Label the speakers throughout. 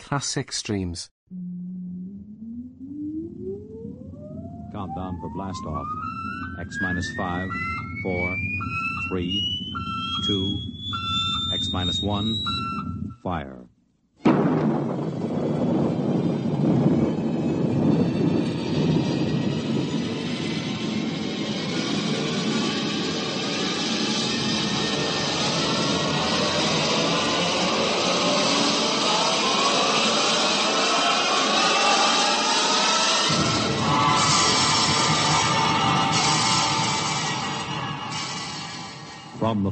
Speaker 1: Classic streams.
Speaker 2: Countdown for blast off. X minus five, four, three, two, X minus one. Fire. From the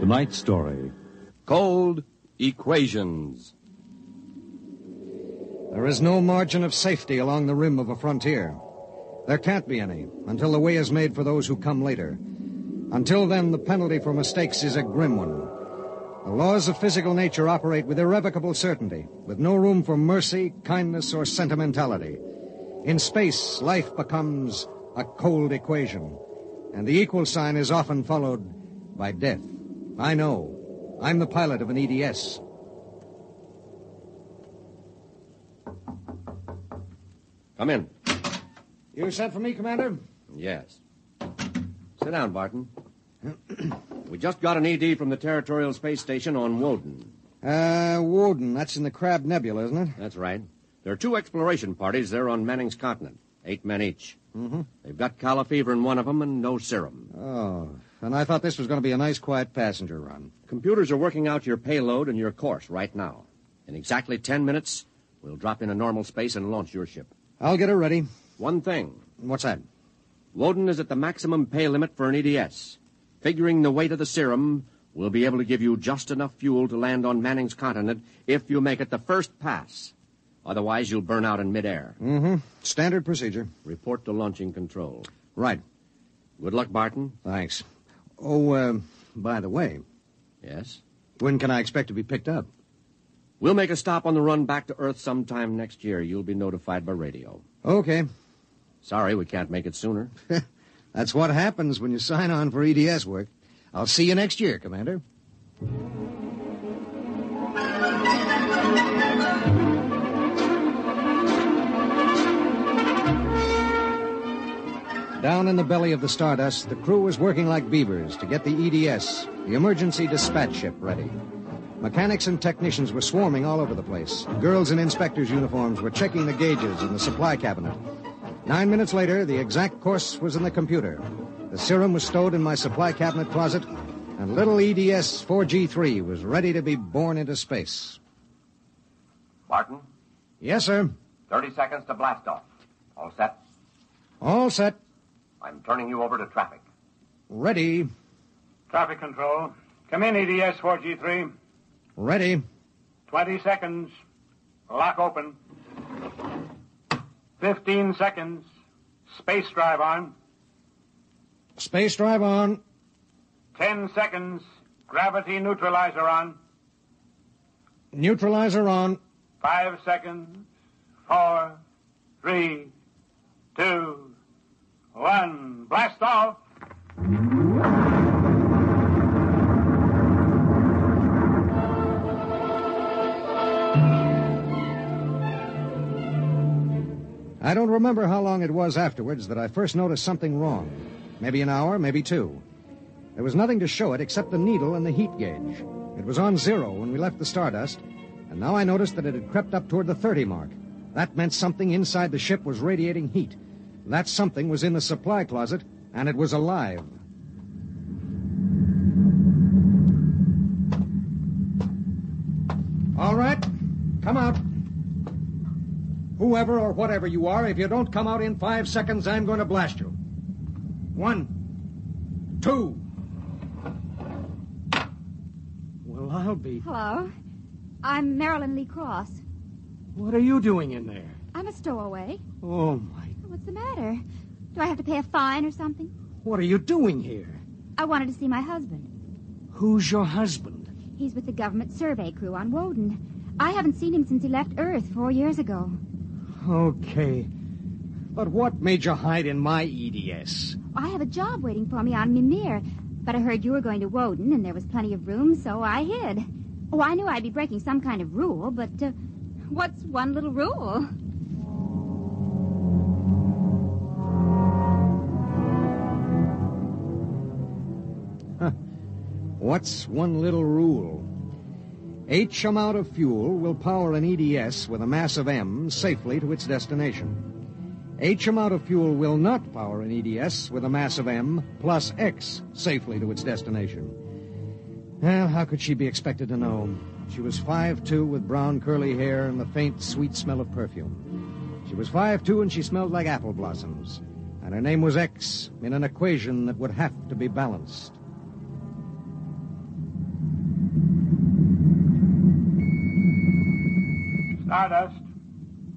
Speaker 2: tonight's story.
Speaker 3: Cold Equations.
Speaker 4: There is no margin of safety along the rim of a frontier. There can't be any until the way is made for those who come later. Until then, the penalty for mistakes is a grim one. The laws of physical nature operate with irrevocable certainty, with no room for mercy, kindness, or sentimentality. In space, life becomes a cold equation, and the equal sign is often followed by death. I know. I'm the pilot of an E EDS.
Speaker 3: Come in.
Speaker 4: You sent for me, Commander?
Speaker 3: Yes. Sit down, Barton. we just got an ED from the Territorial Space Station on Woden.
Speaker 4: Uh, Woden. That's in the Crab Nebula, isn't it?
Speaker 3: That's right. There are two exploration parties there on Manning's continent, eight men each. Mm-hmm. They've got calla fever in one of them and no serum.
Speaker 4: Oh, and I thought this was going to be a nice, quiet passenger run.
Speaker 3: Computers are working out your payload and your course right now. In exactly ten minutes, we'll drop into normal space and launch your ship.
Speaker 4: I'll get her ready.
Speaker 3: One thing.
Speaker 4: What's that?
Speaker 3: Woden is at the maximum pay limit for an EDS. Figuring the weight of the serum, we'll be able to give you just enough fuel to land on Manning's continent if you make it the first pass. Otherwise, you'll burn out in midair.
Speaker 4: Mm-hmm. Standard procedure.
Speaker 3: Report to launching control.
Speaker 4: Right.
Speaker 3: Good luck, Barton.
Speaker 4: Thanks. Oh, uh, by the way,
Speaker 3: Yes?
Speaker 4: when can I expect to be picked up?
Speaker 3: We'll make a stop on the run back to Earth sometime next year. You'll be notified by radio.
Speaker 4: Okay.
Speaker 3: Sorry, we can't make it sooner.
Speaker 4: That's what happens when you sign on for EDS work. I'll see you next year, Commander. Down in the belly of the Stardust, the crew was working like beavers to get the EDS, the emergency dispatch ship, ready. Mechanics and technicians were swarming all over the place. Girls in inspectors' uniforms were checking the gauges in the supply cabinet. Nine minutes later, the exact course was in the computer. The serum was stowed in my supply cabinet closet, and little E EDS 4G3 was ready to be born into space.
Speaker 5: Martin,
Speaker 4: Yes, sir.
Speaker 5: 30 seconds to blast off. All set?
Speaker 4: All set.
Speaker 5: I'm turning you over to traffic.
Speaker 4: Ready.
Speaker 6: Traffic control. Come in, E EDS 4G3.
Speaker 4: Ready.
Speaker 6: 20 seconds. Lock open. 15 seconds. Space drive on.
Speaker 4: Space drive on.
Speaker 6: 10 seconds. Gravity neutralizer on.
Speaker 4: Neutralizer on.
Speaker 6: 5 seconds. Four, three, two, one. Blast off!
Speaker 4: I don't remember how long it was afterwards that I first noticed something wrong. Maybe an hour, maybe two. There was nothing to show it except the needle and the heat gauge. It was on zero when we left the Stardust, And now I noticed that it had crept up toward the 30 mark. That meant something inside the ship was radiating heat. That something was in the supply closet, and it was alive. All right, come out. Whoever or whatever you are, if you don't come out in five seconds, I'm going to blast you. One, two.
Speaker 2: Well, I'll be.
Speaker 7: Hello. I'm Marilyn Lee Cross.
Speaker 2: What are you doing in there?
Speaker 7: I'm a stowaway.
Speaker 2: Oh, my.
Speaker 7: What's the matter? Do I have to pay a fine or something?
Speaker 2: What are you doing here?
Speaker 7: I wanted to see my husband.
Speaker 2: Who's your husband?
Speaker 7: He's with the government survey crew on Woden. I haven't seen him since he left Earth four years ago.
Speaker 2: Okay.
Speaker 4: But what made you hide in my E EDS?
Speaker 7: I have a job waiting for me on Mimir, but I heard you were going to Woden and there was plenty of room, so I hid. Oh, I knew I'd be breaking some kind of rule, but uh, what's one little rule?
Speaker 4: What's one little rule? H amount of fuel will power an EDS with a mass of M safely to its destination. H amount of fuel will not power an EDS with a mass of M plus X safely to its destination. Well, how could she be expected to know? She was 5'2 with brown curly hair and the faint, sweet smell of perfume. She was 5'2 and she smelled like apple blossoms. And her name was X in an equation that would have to be balanced.
Speaker 6: Stardust.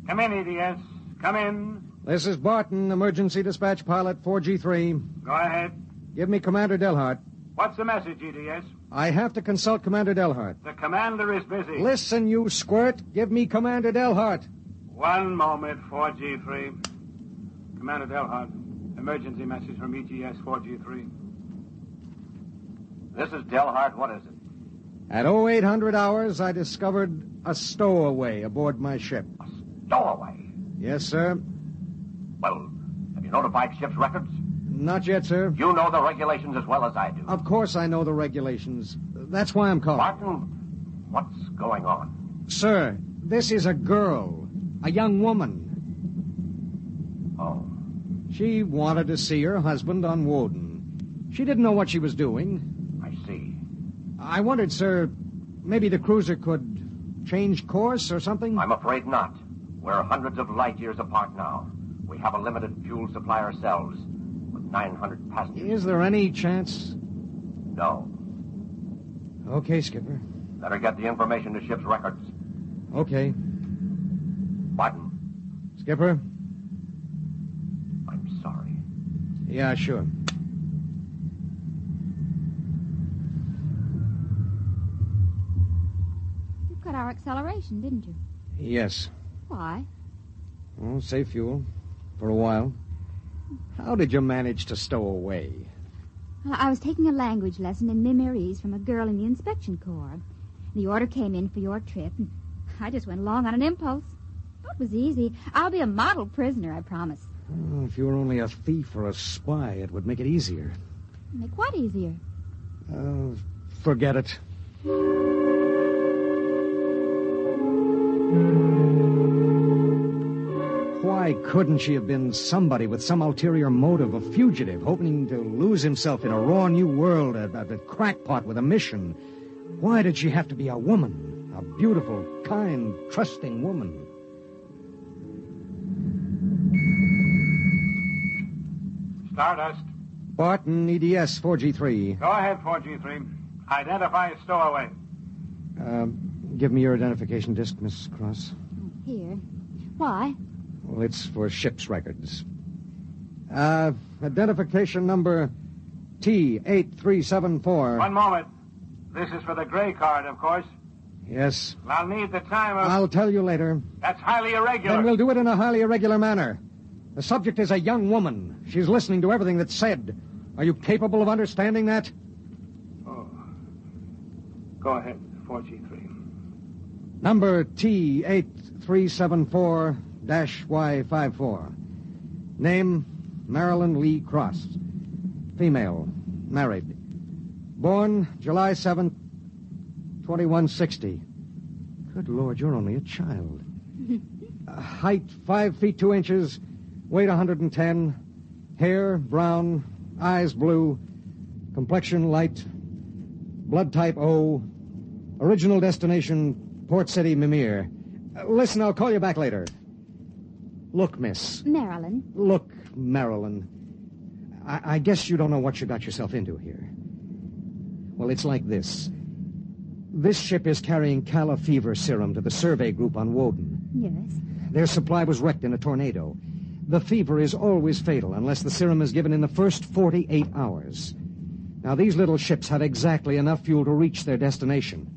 Speaker 6: Come in, EDS. Come in.
Speaker 4: This is Barton, emergency dispatch pilot 4G3.
Speaker 6: Go ahead.
Speaker 4: Give me Commander Delhart.
Speaker 6: What's the message, EDS?
Speaker 4: I have to consult Commander Delhart.
Speaker 6: The commander is busy.
Speaker 4: Listen, you squirt. Give me Commander Delhart.
Speaker 6: One moment, 4G3. Commander Delhart, emergency message from E EGS 4G3.
Speaker 5: This is Delhart. What is it?
Speaker 4: At 0800 hours, I discovered a stowaway aboard my ship.
Speaker 5: Stowaway.
Speaker 4: Yes, sir.
Speaker 5: Well, have you notified ship's records?
Speaker 4: Not yet, sir.
Speaker 5: You know the regulations as well as I do.
Speaker 4: Of course I know the regulations. That's why I'm calling.
Speaker 5: Martin, what's going on?
Speaker 4: Sir, this is a girl, a young woman.
Speaker 5: Oh,
Speaker 4: She wanted to see her husband on Woden. She didn't know what she was doing.
Speaker 5: I see.
Speaker 4: I wondered, sir, maybe the cruiser could change course or something?
Speaker 5: I'm afraid not. We're hundreds of light years apart now. We have a limited fuel supply ourselves, with 900 passengers.
Speaker 4: Is there any chance?
Speaker 5: No.
Speaker 4: Okay, Skipper.
Speaker 5: Better get the information to ship's records.
Speaker 4: Okay.
Speaker 5: Martin,
Speaker 4: Skipper?
Speaker 5: I'm sorry.
Speaker 4: Yeah, sure.
Speaker 7: You cut our acceleration, didn't you?
Speaker 4: Yes.
Speaker 7: Why?
Speaker 4: Oh, save fuel. For a while. How did you manage to stow away?
Speaker 7: Well, Uh, I was taking a language lesson in Mimirese from a girl in the inspection corps. The order came in for your trip, and I just went along on an impulse. It was easy. I'll be a model prisoner, I promise.
Speaker 4: Oh, if you were only a thief or a spy, it would make it easier.
Speaker 7: Make what easier?
Speaker 4: Oh, forget it. Why couldn't she have been somebody with some ulterior motive, a fugitive, hoping to lose himself in a raw new world, a, a- a crackpot with a mission? Why did she have to be a woman? A beautiful, kind, trusting woman.
Speaker 6: Stardust.
Speaker 4: Barton, E EDS 4G3.
Speaker 6: Go ahead, 4G3. Identify a stowaway.
Speaker 4: Uh, give me your identification disc, Miss Cross.
Speaker 7: Here. Why?
Speaker 4: Well, it's for ship's records. Uh, identification number T8374.
Speaker 6: One moment. This is for the gray card, of course.
Speaker 4: Yes.
Speaker 6: And I'll need the time of.
Speaker 4: I'll tell you later.
Speaker 6: That's highly irregular.
Speaker 4: Then we'll do it in a highly irregular manner. The subject is a young woman. She's listening to everything that's said. Are you capable of understanding that?
Speaker 6: Oh. Go ahead, 4G3.
Speaker 4: Number T8374 Y54. Name Marilyn Lee Cross. Female. Married. Born July 7th, 2160.
Speaker 2: Good Lord, you're only a child.
Speaker 4: Uh, height five feet two inches, weight 110, hair brown, eyes blue, complexion light, blood type O, original destination Port City, Mimir. Uh, listen, I'll call you back later. Look, miss.
Speaker 7: Marilyn.
Speaker 4: Look, Marilyn. I, I guess you don't know what you got yourself into here. Well, it's like this. This ship is carrying Calla fever serum to the survey group on Woden.
Speaker 7: Yes.
Speaker 4: Their supply was wrecked in a tornado. The fever is always fatal unless the serum is given in the first 48 hours. Now, these little ships have exactly enough fuel to reach their destination.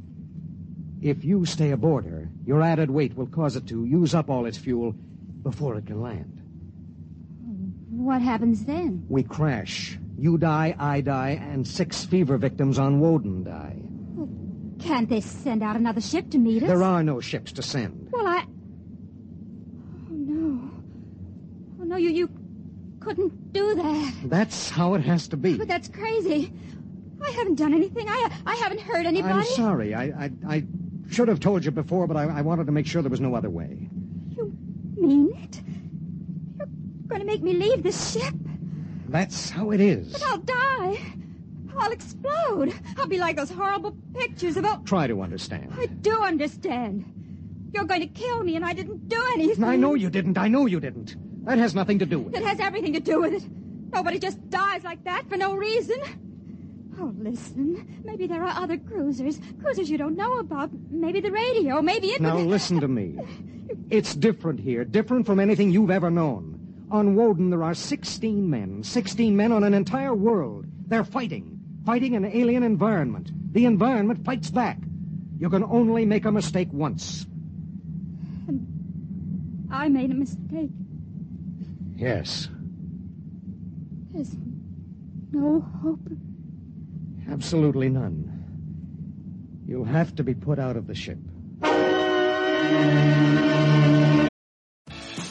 Speaker 4: If you stay aboard her, your added weight will cause it to use up all its fuel before it can land.
Speaker 7: What happens then?
Speaker 4: We crash. You die, I die, and six fever victims on Woden die.
Speaker 7: Can't they send out another ship to meet us?
Speaker 4: There are no ships to send.
Speaker 7: Well, I. Oh, no. Oh, no, you, you couldn't do that.
Speaker 4: That's how it has to be.
Speaker 7: But that's crazy. I haven't done anything. I, I haven't hurt anybody.
Speaker 4: I'm sorry. I, I, I should have told you before, but I, I wanted to make sure there was no other way.
Speaker 7: You mean it? You're going to make me leave this ship?
Speaker 4: That's how it is.
Speaker 7: But I'll die. I'll explode. I'll be like those horrible pictures of. Oh,
Speaker 4: Try to understand.
Speaker 7: I do understand. You're going to kill me, and I didn't do anything.
Speaker 4: I know you didn't. I know you didn't. That has nothing to do with it.
Speaker 7: It has everything to do with it. Nobody just dies like that for no reason. Oh, listen. Maybe there are other cruisers. Cruisers you don't know about. Maybe the radio. Maybe it.
Speaker 4: Now listen to me. It's different here, different from anything you've ever known. On Woden, there are 16 men. 16 men on an entire world. They're fighting. Fighting an alien environment. The environment fights back. You can only make a mistake once.
Speaker 7: I made a mistake.
Speaker 4: Yes.
Speaker 7: There's no hope.
Speaker 4: Absolutely none. You'll have to be put out of the ship.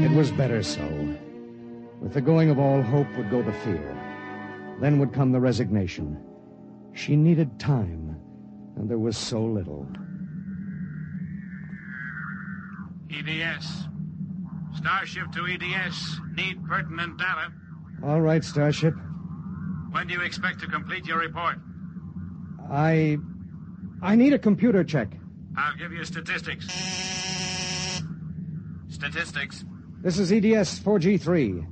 Speaker 4: It was better so. With the going of all hope would go the fear. Then would come the resignation. She needed time, and there was so little.
Speaker 6: EDS. E Starship to EDS. Need pertinent data.
Speaker 4: All right, Starship.
Speaker 6: When do you expect to complete your report?
Speaker 4: I. I need a computer check.
Speaker 6: I'll give you statistics. Statistics.
Speaker 4: This is E EDS 4G3.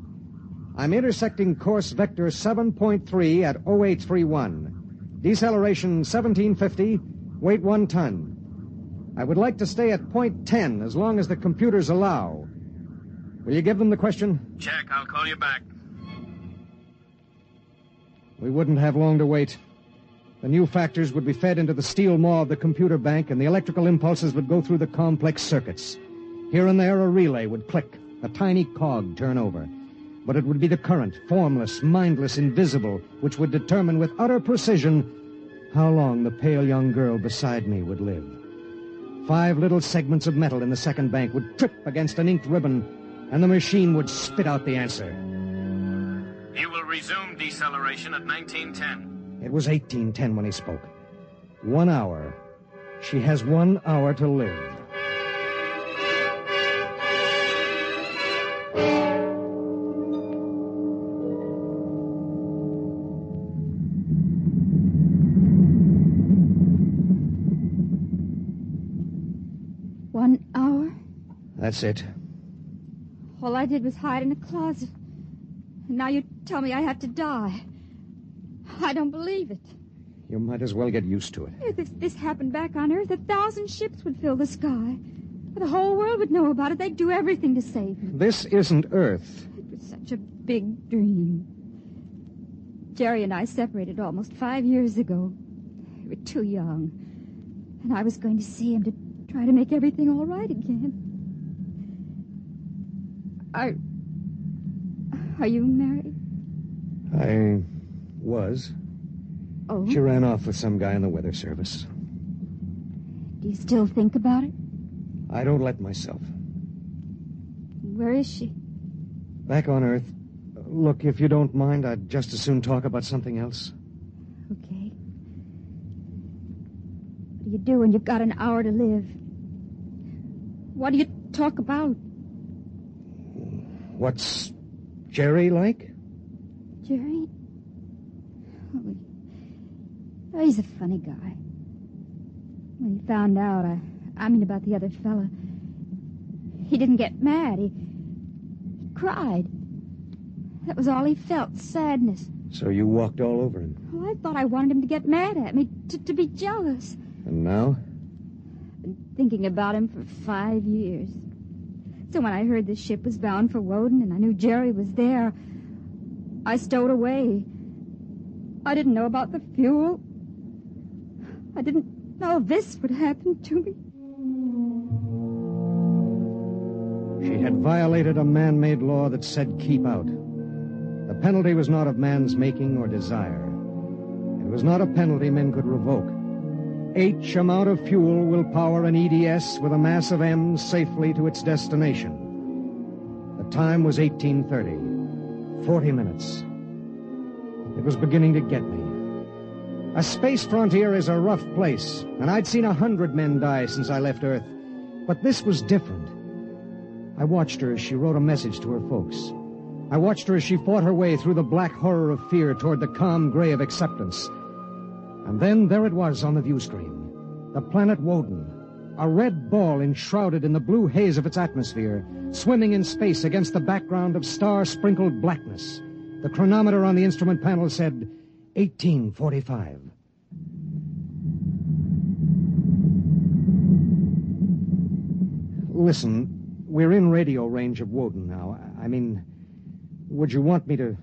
Speaker 4: I'm intersecting course vector 7.3 at 0831. Deceleration 1750, weight 1 ton. I would like to stay at point 10 as long as the computers allow. Will you give them the question?
Speaker 6: Check. I'll call you back.
Speaker 4: We wouldn't have long to wait. The new factors would be fed into the steel maw of the computer bank, and the electrical impulses would go through the complex circuits. Here and there, a relay would click, a tiny cog turn over. But it would be the current, formless, mindless, invisible, which would determine with utter precision how long the pale young girl beside me would live. Five little segments of metal in the second bank would trip against an inked ribbon, and the machine would spit out the answer.
Speaker 6: You will resume deceleration at 1910.
Speaker 4: It was 1810 when he spoke. One hour. She has one hour to live.
Speaker 7: One hour?
Speaker 4: That's it.
Speaker 7: All I did was hide in a closet. And now you tell me I have to die. I don't believe it.
Speaker 4: You might as well get used to it.
Speaker 7: If this, this happened back on Earth, a thousand ships would fill the sky. The whole world would know about it. They'd do everything to save me.
Speaker 4: This isn't Earth.
Speaker 7: It was such a big dream. Jerry and I separated almost five years ago. We were too young. And I was going to see him to try to make everything all right again. Are. Are you married?
Speaker 4: I was.
Speaker 7: Oh.
Speaker 4: She ran off with some guy in the weather service.
Speaker 7: Do you still think about it?
Speaker 4: I don't let myself.
Speaker 7: Where is she?
Speaker 4: Back on Earth. Look, if you don't mind, I'd just as soon talk about something else.
Speaker 7: Okay. What do you do when you've got an hour to live? What do you talk about,
Speaker 4: What's Jerry like?
Speaker 7: Jerry? Oh, he- Oh, he's a funny guy. When he found out, I, I mean about the other fella, he didn't get mad. He, he cried. That was all he felt, sadness.
Speaker 4: So you walked all over him.
Speaker 7: Well, Oh, I thought I wanted him to get mad at me, to, to be jealous.
Speaker 4: And now?
Speaker 7: thinking about him for five years. So when I heard the ship was bound for Woden and I knew Jerry was there, I stowed away. I didn't know about the fuel. I didn't know this would happen to me.
Speaker 2: She had violated a man made law that said keep out. The penalty was not of man's making or desire. It was not a penalty men could revoke. H amount of fuel will power an EDS with a mass of M safely to its destination. The time was 1830. Forty minutes. It was beginning to get me. A space frontier is a rough place, and I'd seen a hundred men die since I left Earth. But this was different. I watched her as she wrote a message to her folks. I watched her as she fought her way through the black horror of fear toward the calm gray of acceptance. And then there it was on the view screen. The planet Woden. A red ball enshrouded in the blue haze of its atmosphere, swimming in space against the background of star sprinkled blackness. The chronometer on the instrument panel said 1845. Listen, we're in radio range of Woden now. I mean, would you want me to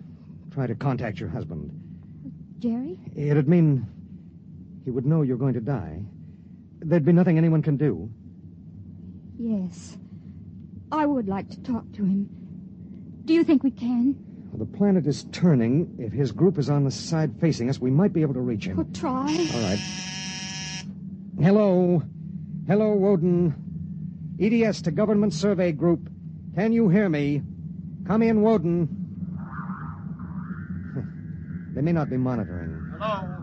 Speaker 2: try to contact your husband?
Speaker 7: Jerry?
Speaker 4: It'd mean he would know you're going to die. There'd be nothing anyone can do.
Speaker 7: Yes. I would like to talk to him. Do you think we can?
Speaker 4: The planet is turning. If his group is on the side facing us, we might be able to reach him.
Speaker 7: We'll try.
Speaker 4: All right. Hello. Hello, Woden. EDS to Government Survey Group. Can you hear me? Come in, Woden. they may not be monitoring.
Speaker 6: Hello,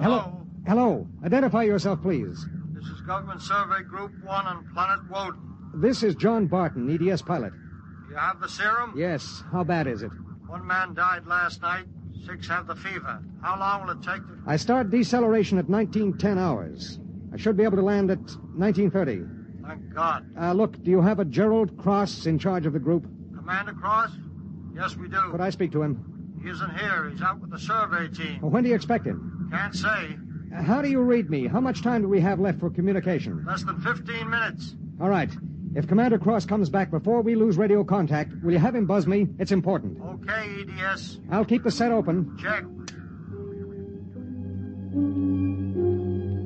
Speaker 4: Hello. Hello. Identify yourself, please.
Speaker 6: this is Government Survey Group 1 on Planet Woden.
Speaker 4: This is John Barton, EDS pilot.
Speaker 6: You have the serum?
Speaker 4: Yes. How bad is it?
Speaker 6: One man died last night, six have the fever. How long will it take to.
Speaker 4: I start deceleration at 1910 hours. I should be able to land at 1930.
Speaker 6: Thank God.
Speaker 4: Uh, look, do you have a Gerald Cross in charge of the group?
Speaker 6: Commander Cross? Yes, we do.
Speaker 4: Could I speak to him?
Speaker 6: He isn't here. He's out with the survey team.
Speaker 4: When do you expect him?
Speaker 6: Can't say.
Speaker 4: Uh, How do you read me? How much time do we have left for communication?
Speaker 6: Less than 15 minutes.
Speaker 4: All right. If Commander Cross comes back before we lose radio contact, will you have him buzz me? It's important.
Speaker 6: Okay, EDS.
Speaker 4: I'll keep the set open.
Speaker 6: Check.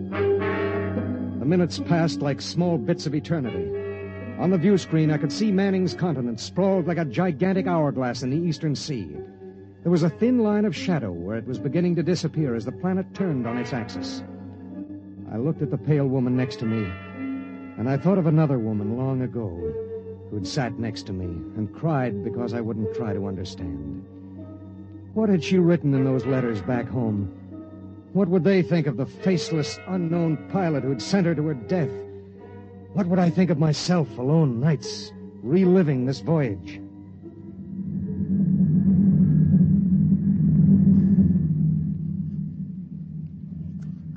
Speaker 4: The minutes passed like small bits of eternity. On the view screen, I could see Manning's continent sprawled like a gigantic hourglass in the eastern sea. There was a thin line of shadow where it was beginning to disappear as the planet turned on its axis. I looked at the pale woman next to me, and I thought of another woman long ago who'd sat next to me and cried because I wouldn't try to understand. What had she written in those letters back home? What would they think of the faceless, unknown pilot who'd sent her to her death? What would I think of myself alone nights, reliving this voyage?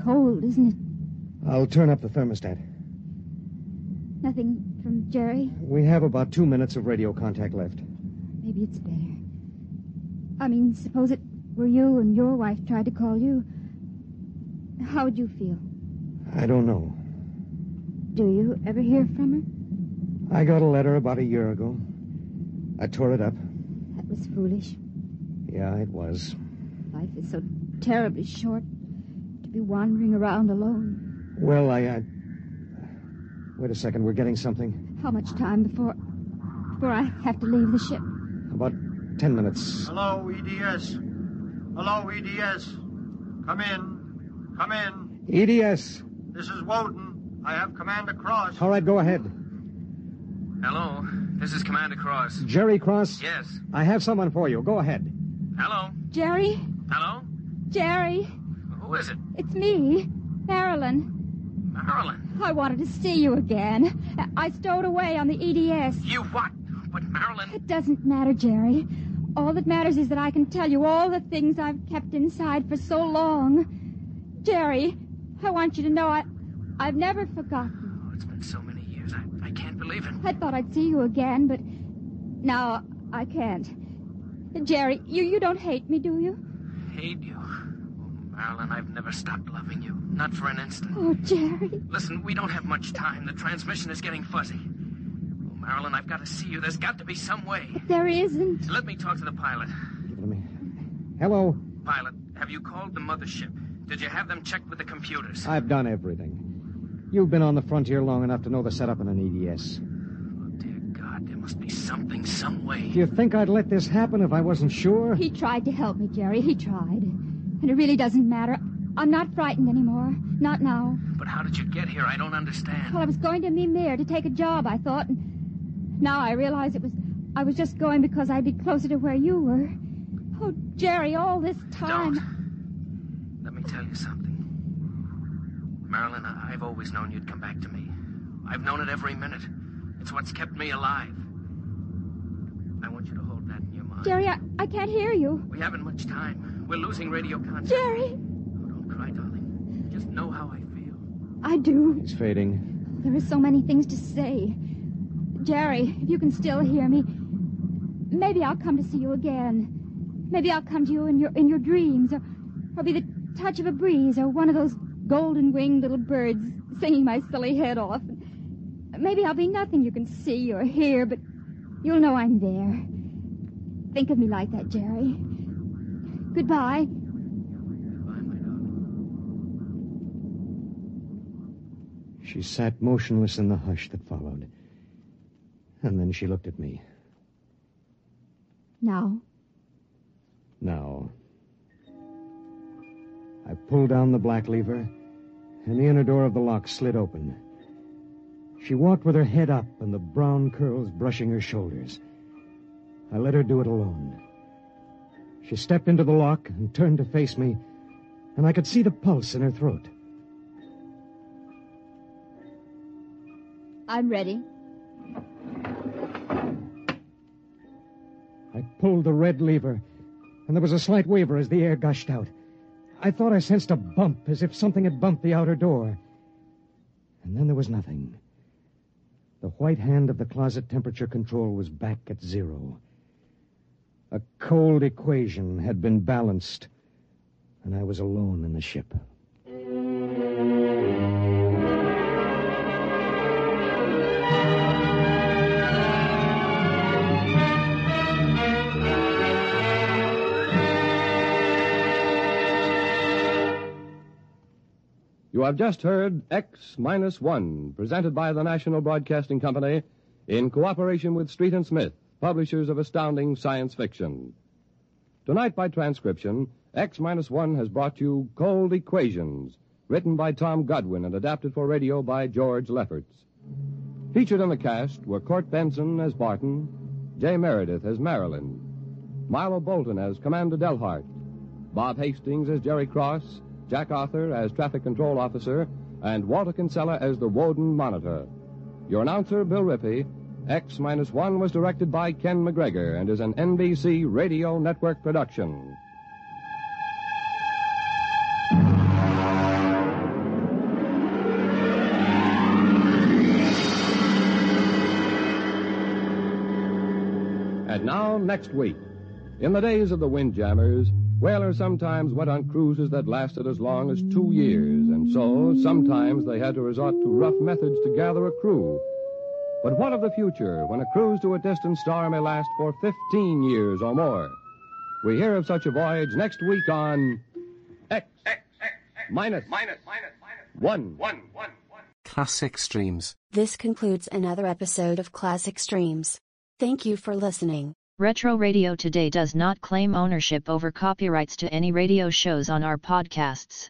Speaker 7: Cold, isn't it?
Speaker 4: I'll turn up the thermostat.
Speaker 7: Nothing from Jerry.
Speaker 4: We have about two minutes of radio contact left.
Speaker 7: Maybe it's better. I mean, suppose it were you and your wife tried to call you. How would you feel?
Speaker 4: I don't know.
Speaker 7: Do you ever hear from her?
Speaker 4: I got a letter about a year ago. I tore it up.
Speaker 7: That was foolish.
Speaker 4: Yeah, it was.
Speaker 7: Life is so terribly short to be wandering around alone.
Speaker 2: Well, I, I. Wait a second, we're getting something.
Speaker 7: How much time before before I have to leave the ship?
Speaker 2: About ten minutes.
Speaker 8: Hello,
Speaker 6: E
Speaker 8: EDS. Hello, EDS. Come in. Come in.
Speaker 4: E
Speaker 2: EDS.
Speaker 8: This is Woden. I have Commander Cross.
Speaker 2: All right, go ahead.
Speaker 9: Hello, this is Commander Cross.
Speaker 2: Jerry Cross?
Speaker 9: Yes.
Speaker 2: I have someone for you. Go ahead.
Speaker 9: Hello.
Speaker 7: Jerry?
Speaker 9: Hello?
Speaker 7: Jerry?
Speaker 9: Who is it?
Speaker 7: It's me, Marilyn.
Speaker 9: Marilyn.
Speaker 7: I wanted to see you again. I- I stowed away on the E EDS.
Speaker 9: You what? But Marilyn.
Speaker 7: It doesn't matter, Jerry. All that matters is that I can tell you all the things I've kept inside for so long. Jerry, I want you to know I, I've never forgotten.
Speaker 9: Oh, it's been so many years. I, I can't believe it.
Speaker 7: I thought I'd see you again, but now I can't. Jerry, you, you don't hate me, do you?
Speaker 9: Hate you. Oh, Marilyn, I've never stopped loving you. Not for an instant.
Speaker 7: Oh, Jerry.
Speaker 9: Listen, we don't have much time. The transmission is getting fuzzy. Oh, Marilyn, I've got to see you. There's got to be some way.
Speaker 7: There isn't.
Speaker 9: Let me talk to the pilot.
Speaker 2: Hello.
Speaker 9: Pilot, have you called the mothership? Did you have them checked with the computers?
Speaker 2: I've done everything. You've been on the frontier long enough to know the setup in
Speaker 4: E
Speaker 2: an EDS.
Speaker 9: God, there must be something, some way.
Speaker 2: Do you think I'd let this happen if I wasn't sure?
Speaker 7: He tried to help me, Jerry. He tried. And it really doesn't matter. I'm not frightened anymore. Not now.
Speaker 9: But how did you get here? I don't understand.
Speaker 7: Well, I was going to Mimir to take a job, I thought, and now I realize it was I was just going because I'd be closer to where you were. Oh, Jerry, all this time.
Speaker 9: Let me tell you something. Marilyn, I- I've always known you'd come back to me. I've known it every minute. It's what's kept me alive. I want you to hold that in your mind.
Speaker 7: Jerry, I, I can't hear you.
Speaker 9: We haven't much time. We're losing radio contact. Oh,
Speaker 7: Jerry,
Speaker 9: Don't cry, darling. Just know how I feel.
Speaker 7: I do.
Speaker 2: It's fading.
Speaker 7: There are so many things to say. Jerry, if you can still hear me, maybe I'll come to see you again. Maybe I'll come to you in your in your dreams, or, or be the touch of a breeze, or one of those golden winged little birds singing my silly head off. Maybe I'll be nothing you can see or hear, but you'll know I'm there. Think of me like that, Jerry. Goodbye.
Speaker 2: She sat motionless in the hush that followed. And then she looked at me.
Speaker 7: Now,
Speaker 2: Now. I pulled down the black lever, and the inner door of the lock slid open. She walked with her head up and the brown curls brushing her shoulders. I let her do it alone. She stepped into the lock and turned to face me, and I could see the pulse in her throat.
Speaker 7: I'm ready.
Speaker 2: I pulled the red lever, and there was a slight waver as the air gushed out. I thought I sensed a bump, as if something had bumped the outer door. And then there was nothing. The white hand of the closet temperature control was back at zero. A cold equation had been balanced, and I was alone in the ship.
Speaker 3: You have just heard X Minus One, presented by the National Broadcasting Company in cooperation with Street and Smith, publishers of astounding science fiction. Tonight, by transcription, X Minus One has brought you Cold Equations, written by Tom Godwin and adapted for radio by George Lefferts. Featured in the cast were Court Benson as Barton, Jay Meredith as Marilyn, Milo Bolton as Commander Delhart, Bob Hastings as Jerry Cross, Jack Arthur as Traffic Control Officer, and Walter Kinsella as the Woden Monitor. Your announcer, Bill Rippey, X Minus One was directed by Ken McGregor and is an NBC Radio Network production. And now, next week. In the days of the windjammers, whalers sometimes went on cruises that lasted as long as two years, and so sometimes they had to resort to rough methods to gather a crew. But what of the future when a cruise to a distant star may last for 15 years or more? We hear of such a voyage next week on X, minus, minus, minus, minus. One.
Speaker 10: One. One.
Speaker 11: Classic Streams.
Speaker 7: This concludes another episode of Classic Streams. Thank you for listening.
Speaker 1: Retro Radio Today does not claim ownership over copyrights to any radio shows on our podcasts.